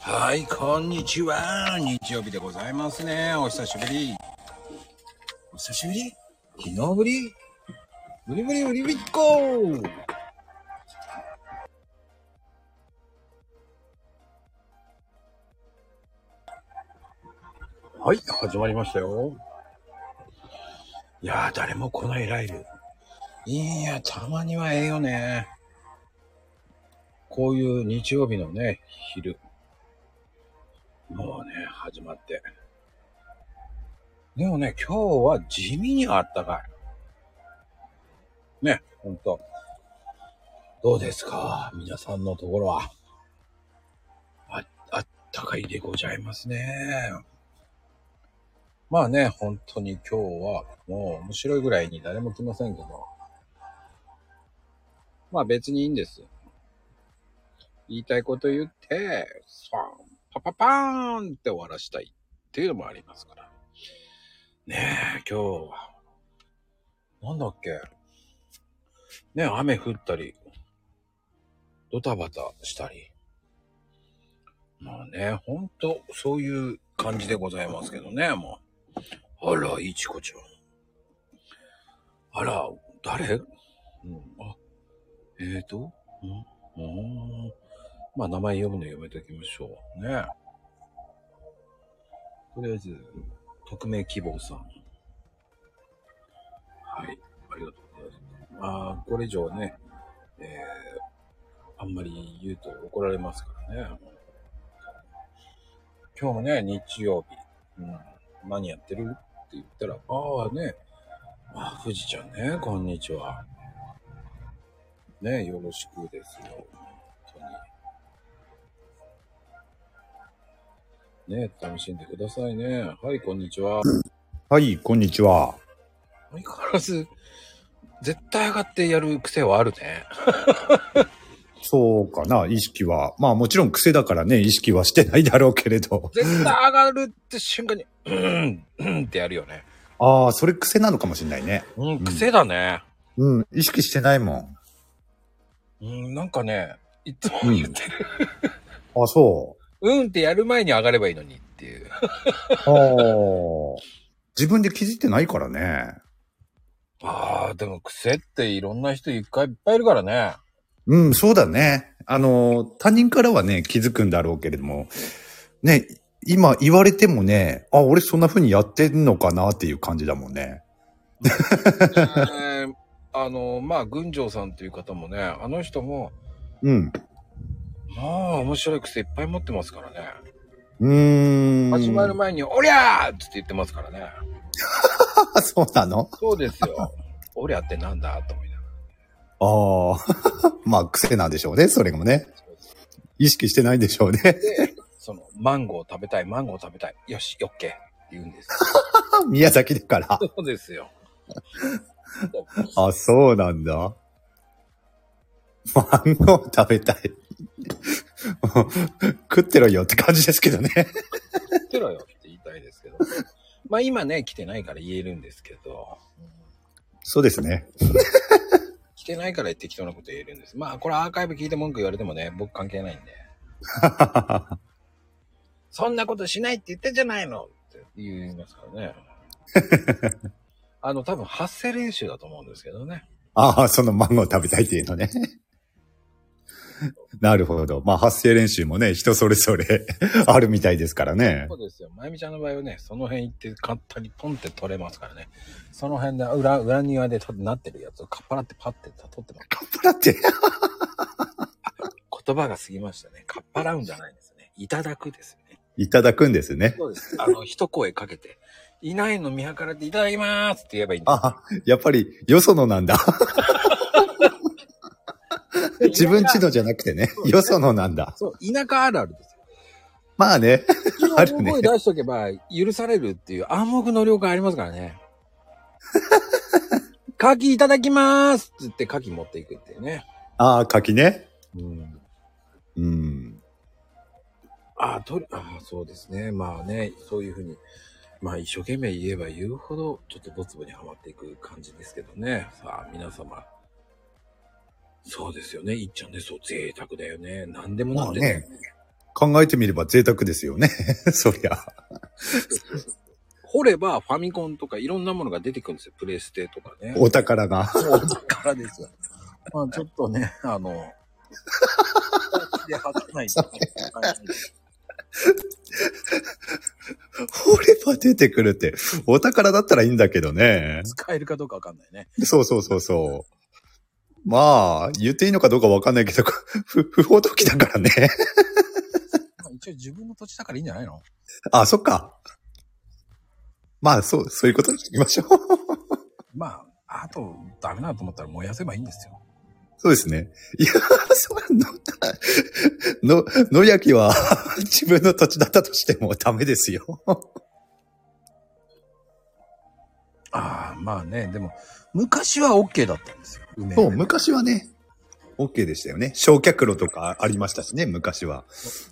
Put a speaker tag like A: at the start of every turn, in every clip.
A: はい、こんにちは。日曜日でございますね。お久しぶり。お久しぶり昨日ぶりぶりぶりぶりぶりっこーはい、始まりましたよ。いやー、誰も来ないライブ。いや、たまにはええよね。こういう日曜日のね、昼。もうね、始まって。でもね、今日は地味にあったかい。ね、ほんと。どうですか皆さんのところは。あ、あったかいでございますね。まあね、本当に今日はもう面白いぐらいに誰も来ませんけど。まあ別にいいんです。言いたいこと言って、さン、パパパーンって終わらしたいっていうのもありますから。ねえ、今日は、なんだっけ。ねえ、雨降ったり、ドタバタしたり。まあね、ほんと、そういう感じでございますけどね、もう。あら、いちこちゃん。あら、誰うん、あ、えっ、ー、と、うん、うん。まあ、名前読むのやめておきましょう。ね。とりあえず、匿名希望さん。はい、ありがとうございます。まあ、これ以上ね、えー、あんまり言うと怒られますからね。今日もね、日曜日、うん、何やってるって言ったら、ああね、あ、富士ちゃんね、こんにちは。ね、よろしくですよ、本当に。ね、楽しんでくださいね。はい、こんにちは。
B: はい、こんにちは。
A: 相変わらず、絶対上がってやる癖はあるね。
B: そうかな、意識は。まあもちろん癖だからね、意識はしてないだろうけれど。
A: 絶対上がるって瞬間に、うん、うんってやるよね。
B: ああ、それ癖なのかもしんないね。
A: うん、癖だね。
B: うん、意識してないも
A: ん。うん、なんかね、いつも言ってる。。
B: うん、 あ、そう
A: うんってやる前に上がればいいのにっていう。
B: ああ。自分で気づいてないからね。
A: ああ、でも癖っていろんな人いっぱいいっぱいいるからね。
B: うん、そうだね。あの、他人からはね、気づくんだろうけれども、ね、今言われてもね、あ、俺そんな風にやってんのかなっていう感じだもんね。
A: えー、あの、まあ、群青さんという方もね、あの人も、
B: うん。
A: まあ、面白い癖いっぱい持ってますからね。
B: うーん。
A: 始まる前に、おりゃーって言ってますからね。
B: そうなの
A: そうですよ。おりゃってなんだと思いながら。
B: ああ、 まあ癖なんでしょうね、それもね。意識してないんでしょうね。
A: その、マンゴー食べたい、マンゴー食べたい。よし、よっけって言うんです。
B: 宮崎だから。
A: そうですよ。
B: あ、そうなんだ。 マンゴー食べたい。 食ってろよって感じですけどね。
A: 食ってろよって言いたいですけど。まあ今ね、来てないから言えるんですけど。
B: そうですね。
A: 来てないから適当なこと言えるんです。まあ、これアーカイブ聞いて文句言われてもね、僕関係ないんで。そんなことしないって言ったじゃないのって言いますからね。あの、多分発声練習だと思うんですけどね。
B: ああ、そのマンゴー食べたいっていうのね。 なるほど。まあ、発声練習もね、人それぞれ あるみたいですからね。
A: そうですよ。まゆみちゃんの場合はね、その辺行って簡単にポンって取れますからね。その辺で裏、裏庭でとなってるやつをかっぱらってパッて取ってます。
B: かっぱらって
A: 言葉が過ぎましたね。かっぱらうんじゃないですね。いただくですね。
B: いただくんですね。。
A: そうです。あの、一声かけて、いないの見計らっていただきまーすって言えばいいんです
B: あ、やっぱりよそのなんだ。自分ちのじゃなくてね、ねよそのなんだ。
A: そう、田舎あるあるですよ。
B: まあね、
A: あるね。声出しとけば許されるっていう暗黙の了解ありますからね。 牡蠣いただきますっつって牡蠣持っていくっていうね。
B: ああ、牡蠣ね。
A: うん。
B: うん。
A: ああ、とり、ああ、そうですね。まあね、そういうふうに。まあ一生懸命言えば言うほど、ちょっとドツボにはまっていく感じですけどね。さあ、皆様。そうですよね。いっちゃんね、そう、贅沢だよね。何でもなんで、
B: ね。考えてみれば贅沢ですよね。 そりゃ。
A: 掘ればファミコンとかいろんなものが出てくるんですよ。プレステとかね。
B: お宝が。
A: お宝ですよ。まあちょっとね、あの、 で吐かないと
B: 掘れば出てくるって、お宝だったらいいんだけどね。
A: 使えるかどうかわかんないね。
B: そうそうそうそう。まあ、言っていいのかどうかわかんないけど、不不法投棄だからね。
A: まあ一応自分の土地だからいいんじゃないの
B: あ、そっか。まあ、そう、そういうことにしときましょう。
A: まあ、あとダメだと思ったら燃やせばいいんですよ。
B: そうですね。いや、 そうの、の、野焼きは 自分の土地だったとしてもダメですよ。
A: ああ、まあね、でも、昔は OK だったんですよ。梅
B: そう、昔はね、OK でしたよね。焼却炉とかありましたしね、昔は。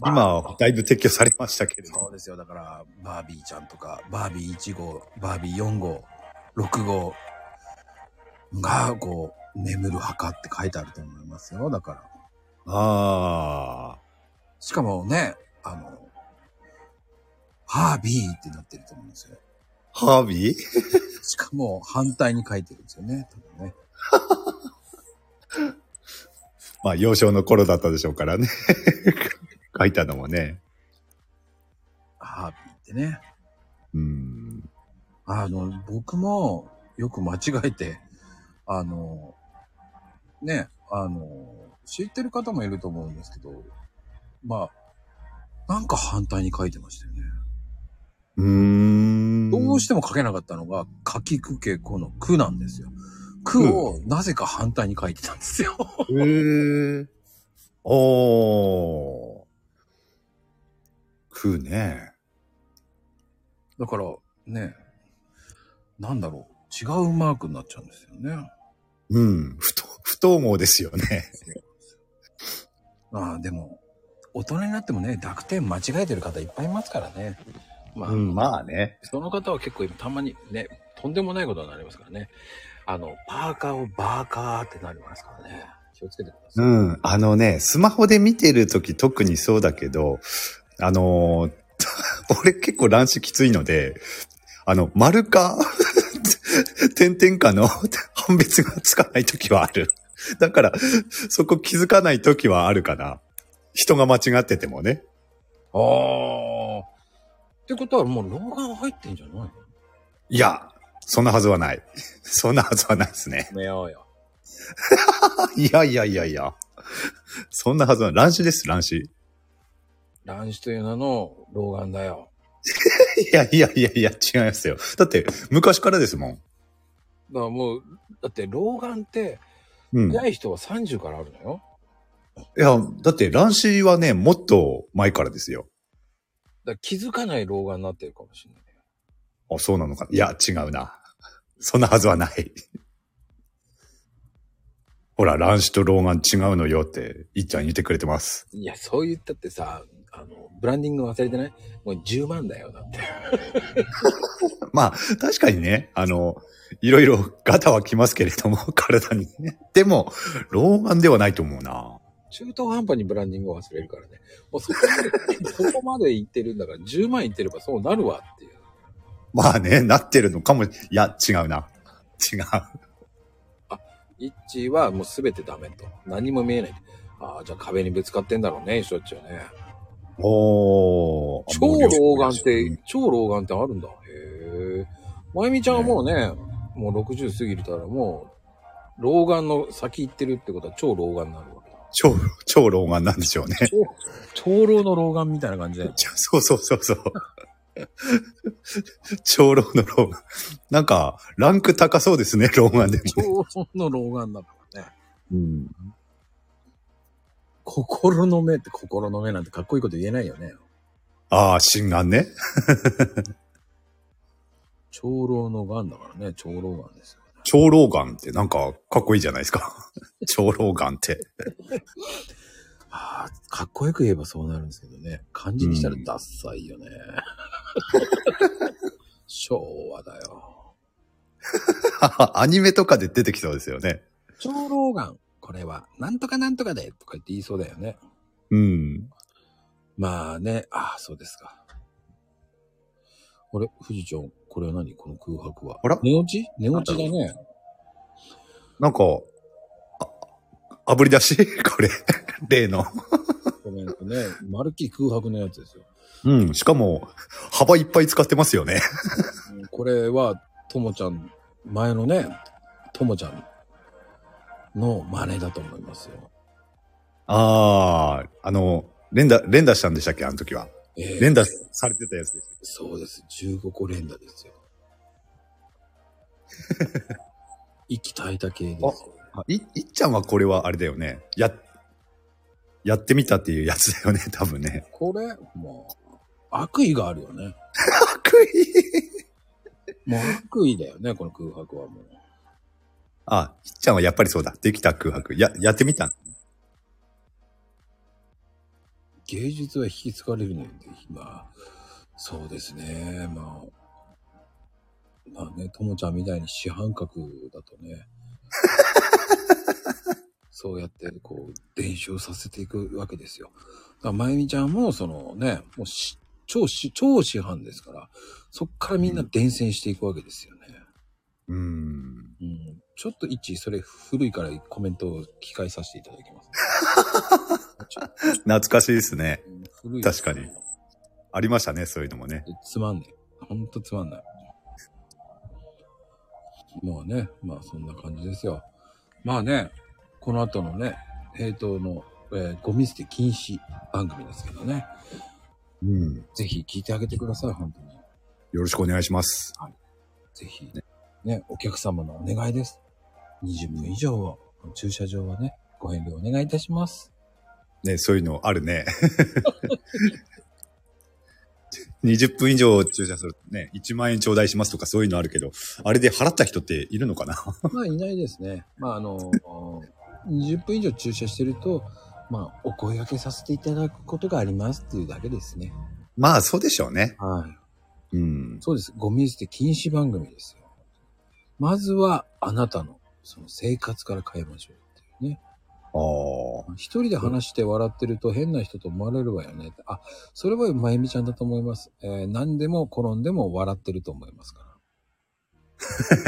A: まあ
B: 今はだいぶ撤去されましたけれ
A: そ
B: ど。
A: うですよ。だから、バービーちゃんとか、バービー1号、バービー4号、6号が、こう、眠る墓って書いてあると思いますよ。だから。
B: ああ。
A: しかもね、あの、ハービーってなってると思うんですよ。
B: ハービー
A: しかも反対に書いてるんですよね。多分ね。
B: まあ、幼少の頃だったでしょうからね。 書いたのもね。
A: ハービーってね。
B: うん。
A: あの、僕もよく間違えて、あの、ね、あの、知ってる方もいると思うんですけど、まあ、なんか反対に書いてましたよね。
B: うーん。
A: どうしても書けなかったのが、書きくけこのくなんですよ。くをなぜか反対に書いてたんですよ。
B: へーおー。食うね。
A: だから、ね、なんだろう。違うマークになっちゃうんですよね。
B: うん。不と不当毛ですよね。
A: まあでも、大人になってもね、濁点間違えてる方いっぱいいますからね。まあ、
B: うん、まあね。
A: その方は結構今たまにね、とんでもないことになりますからね。あの、パーカーをバーカーってなりますからね。気をつけてくださ
B: う
A: い。
B: ん。あのね、スマホで見てるとき特にそうだけど、あのー 俺結構乱視きついので、あの、丸か、 点々かの 判別がつかないときはある。だから、そこ気づかないときはあるかな。人が間違っててもね。
A: ああ。ってことはもう老眼入ってんじゃないの
B: いや、そんなはずはない。そんなはずはないです
A: や
B: ね。
A: めようよ。
B: いやいやいやいや。そんなはずは、乱視です、乱視。い
A: 乱視という名の老眼だよ。
B: やいやいやいや、違いますよ。だって、昔からですもん。
A: だからもう、だって老眼って、
B: うん。
A: 早い人は30からあるのよ。
B: いや、だって乱視はね、もっと前からですよ。
A: だから気づかない老眼になってるかもしれない。
B: あ、そうなのか。いや、違うな。そんなはずはない。ほら、乱視と老眼違うのよって、いっちゃん言ってくれてます。
A: いや、そう言ったってさ、あの、ブランディング忘れてないもう10万だよ、だって。
B: まあ、確かにね、あの、いろいろガタはきますけれども、 体にね。でも、老眼ではないと思うな。
A: 中途半端にブランディングを忘れるからね。もうそこまで、そこまで行ってるんだから、10万行ってればそうなるわっていう。
B: まあね、なってるのかも。いや、違うな。違う。
A: イッチーはもう全てダメと。何も見えない。ああ、じゃあ壁にぶつかってんだろうね、しょっちゅうね。
B: おー。
A: 超老眼っ
B: うん
A: て、超老眼ってあるんだ。へえ。まゆみちゃんはもうね、もう60過ぎたらもう、老眼の先行ってるってことは超老眼になるわけだ。
B: 超、超老眼なんでしょうね。
A: 超、 超老の老眼みたいな感じだよ。
B: ちょそうそうそうそう。長老の老眼。なんか、ランク高そうですね、老眼でも ね。
A: 超老の老眼だからね。
B: うん、
A: 心の目って心の目なんてかっこいいこと言えないよね。
B: ああ、心眼ね。
A: 長老の癌だからね、長老癌ですよ、ね。
B: 長老眼ってなんか、かっこいいじゃないですか。 長老眼って。
A: ああ、かっこよく言えばそうなるんですけどね。漢字にしたらダッサいよね。 昭和だよ。
B: アニメとかで出てきそうですよね。
A: 長老癌、これは、なんとかなんとかで、とか言って言いそうだよね。
B: うん。
A: まあね、ああ、そうですか。あれ、富士ちゃん、これは何この空白は。
B: あら
A: 寝落ち寝落ちだね。
B: なんか、あ、炙り出し これ。例の。
A: コメントね。まるっきり空白のやつですよ。
B: うん。しかも、幅いっぱい使ってますよね。
A: うんこれは、ともちゃん、前のね、ともちゃんの真似だと思いますよ。
B: ああ、あの、連打、連打したんでしたっけあの時は。
A: ええ
B: 連打されてたやつです。
A: そうです。15個連打ですよ。息絶えた系ですよ。
B: あい、いっちゃんはこれはあれだよね。や、やってみたっていうやつだよね、 多分ね。
A: これ、もう、悪意があるよね。
B: 悪意
A: もう悪意だよね、この空白はもう。
B: あ、いっちゃんはやっぱりそうだ。できた空白。や、やってみた。
A: 芸術は引きつかれるので、まあ、そうですね、まあ、まあね、ともちゃんみたいに市販格だと ね、そうやってこう、練習させていくわけですよ。だから、まゆみちゃんも、そのね、もうし、超し、超市販ですから、そっからみんな伝染していくわけですよね。
B: うーん。
A: うん、ちょっと一、それ古いからコメントを機会させていただきます。 ちょっと
B: 懐かしいですね。
A: うん古い
B: 確かにありましたね、そういうのもね。
A: つまんねえ。ほんとつまんない。もうね、まあそんな感じですよ。まあね、この後のね、平等の、えーゴミ捨て禁止番組ですけどね、
B: うん。
A: ぜひ聞いてあげてください、本当に。
B: よろしくお願いします。
A: ぜひ、ね、お客様のお願いです。20分以上を、駐車場はね、ご遠慮お願いいたします。
B: ね、そういうのあるね。20分以上駐車するとね、1万円頂戴しますとかそういうのあるけど、あれで払った人っているのかな
A: まあいないですね。まああの、20分以上駐車してると、まあお声掛けさせていただくことがありますっていうだけですね。
B: まあ、そうでしょうね。
A: はい。
B: うん。
A: そうです。ゴミ捨て禁止番組ですよ。まずはあなたのその生活から変えましょうっていうね。
B: ああ。
A: 一人で話して笑ってると変な人と思われるわよねって。あ、それはまゆみちゃんだと思います。えー何でも転んでも笑ってると思いますか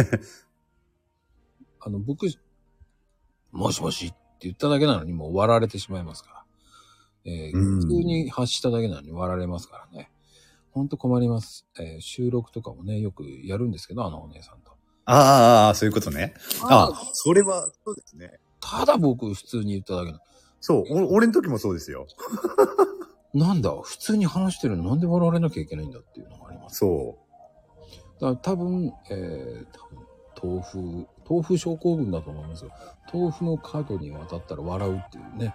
A: ら。 あの、僕、もしもしって言っただけなのにもう笑われてしまいますから。えー
B: う
A: 普
B: ん
A: 通に発しただけなのに笑われますからね。ほんと困ります。えー収録とかもね、よくやるんですけど、あのお姉さんと。
B: ああああ、そういうことね。ああ、それは、そうですね。
A: ただ僕普通に言っただけな
B: そう、お俺の時もそうですよ。
A: なんだ、普通に話してるのになんで笑われなきゃいけないんだっていうのがあります。
B: そ
A: だから多分、えー、多分豆腐、豆腐症候群だと思いますよ。豆腐の角に渡ったら笑うっていうね。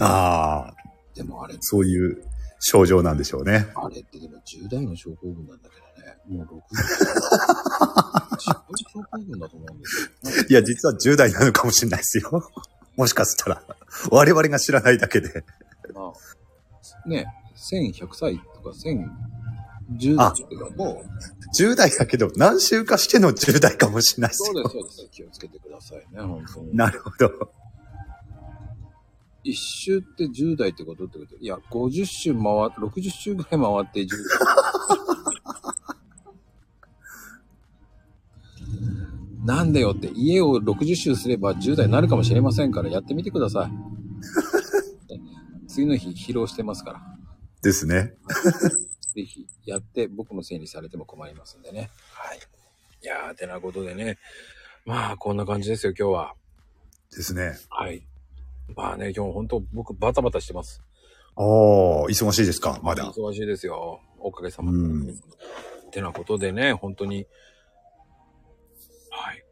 B: う。ああ、
A: でもあれ、
B: そういう症状なんでしょうね。
A: あれってでも10代の症候群なんだけどね。もう60 10代の症候群だと思うんですよ。
B: いや、実は10代なのかもしれないですよ。 もしかしたら。我々が知らないだけで。
A: まあ、ね、1100歳とか1010
B: あ
A: 歳とかもう、
B: 10代だけど、何週かしての10代かもしれないです
A: そう
B: よ。
A: です、そうです。気をつけてくださいね、本当に。
B: なるほど。
A: 一周って10代ってことってこといや、50周回っ、60周ぐらい回って10代。 なんでよって、家を60周すれば10代になるかもしれませんから、やってみてください。次の日、疲労してますから。
B: ですね。
A: ぜひやって、僕のせいにされても困りますんでね。はい。いやー、てなことでね。まあ、こんな感じですよ、今日は。
B: ですね。
A: はい。まあね、今日本当僕バタバタしてます。
B: ああ、忙しいですか、まだ。
A: 忙しいですよ。おかげさまで。
B: うん
A: ってなことでね、本当に、はい。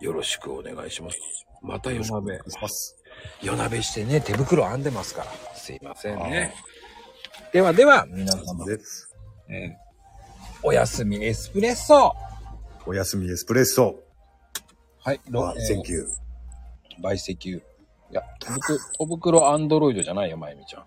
A: よろしくお願いします。また夜
B: お願
A: 鍋
B: い。します。
A: 夜鍋してね、手袋編んでますから。すいませんね。ではでは、皆様、
B: です。
A: えーおやすみエスプレッソ
B: おやすみエスプレッソ。
A: はい、ロ
B: あ、
A: えー
B: thank you.
A: 陪席。いや、手袋、小袋アンドロイドじゃないよ、まゆみちゃん。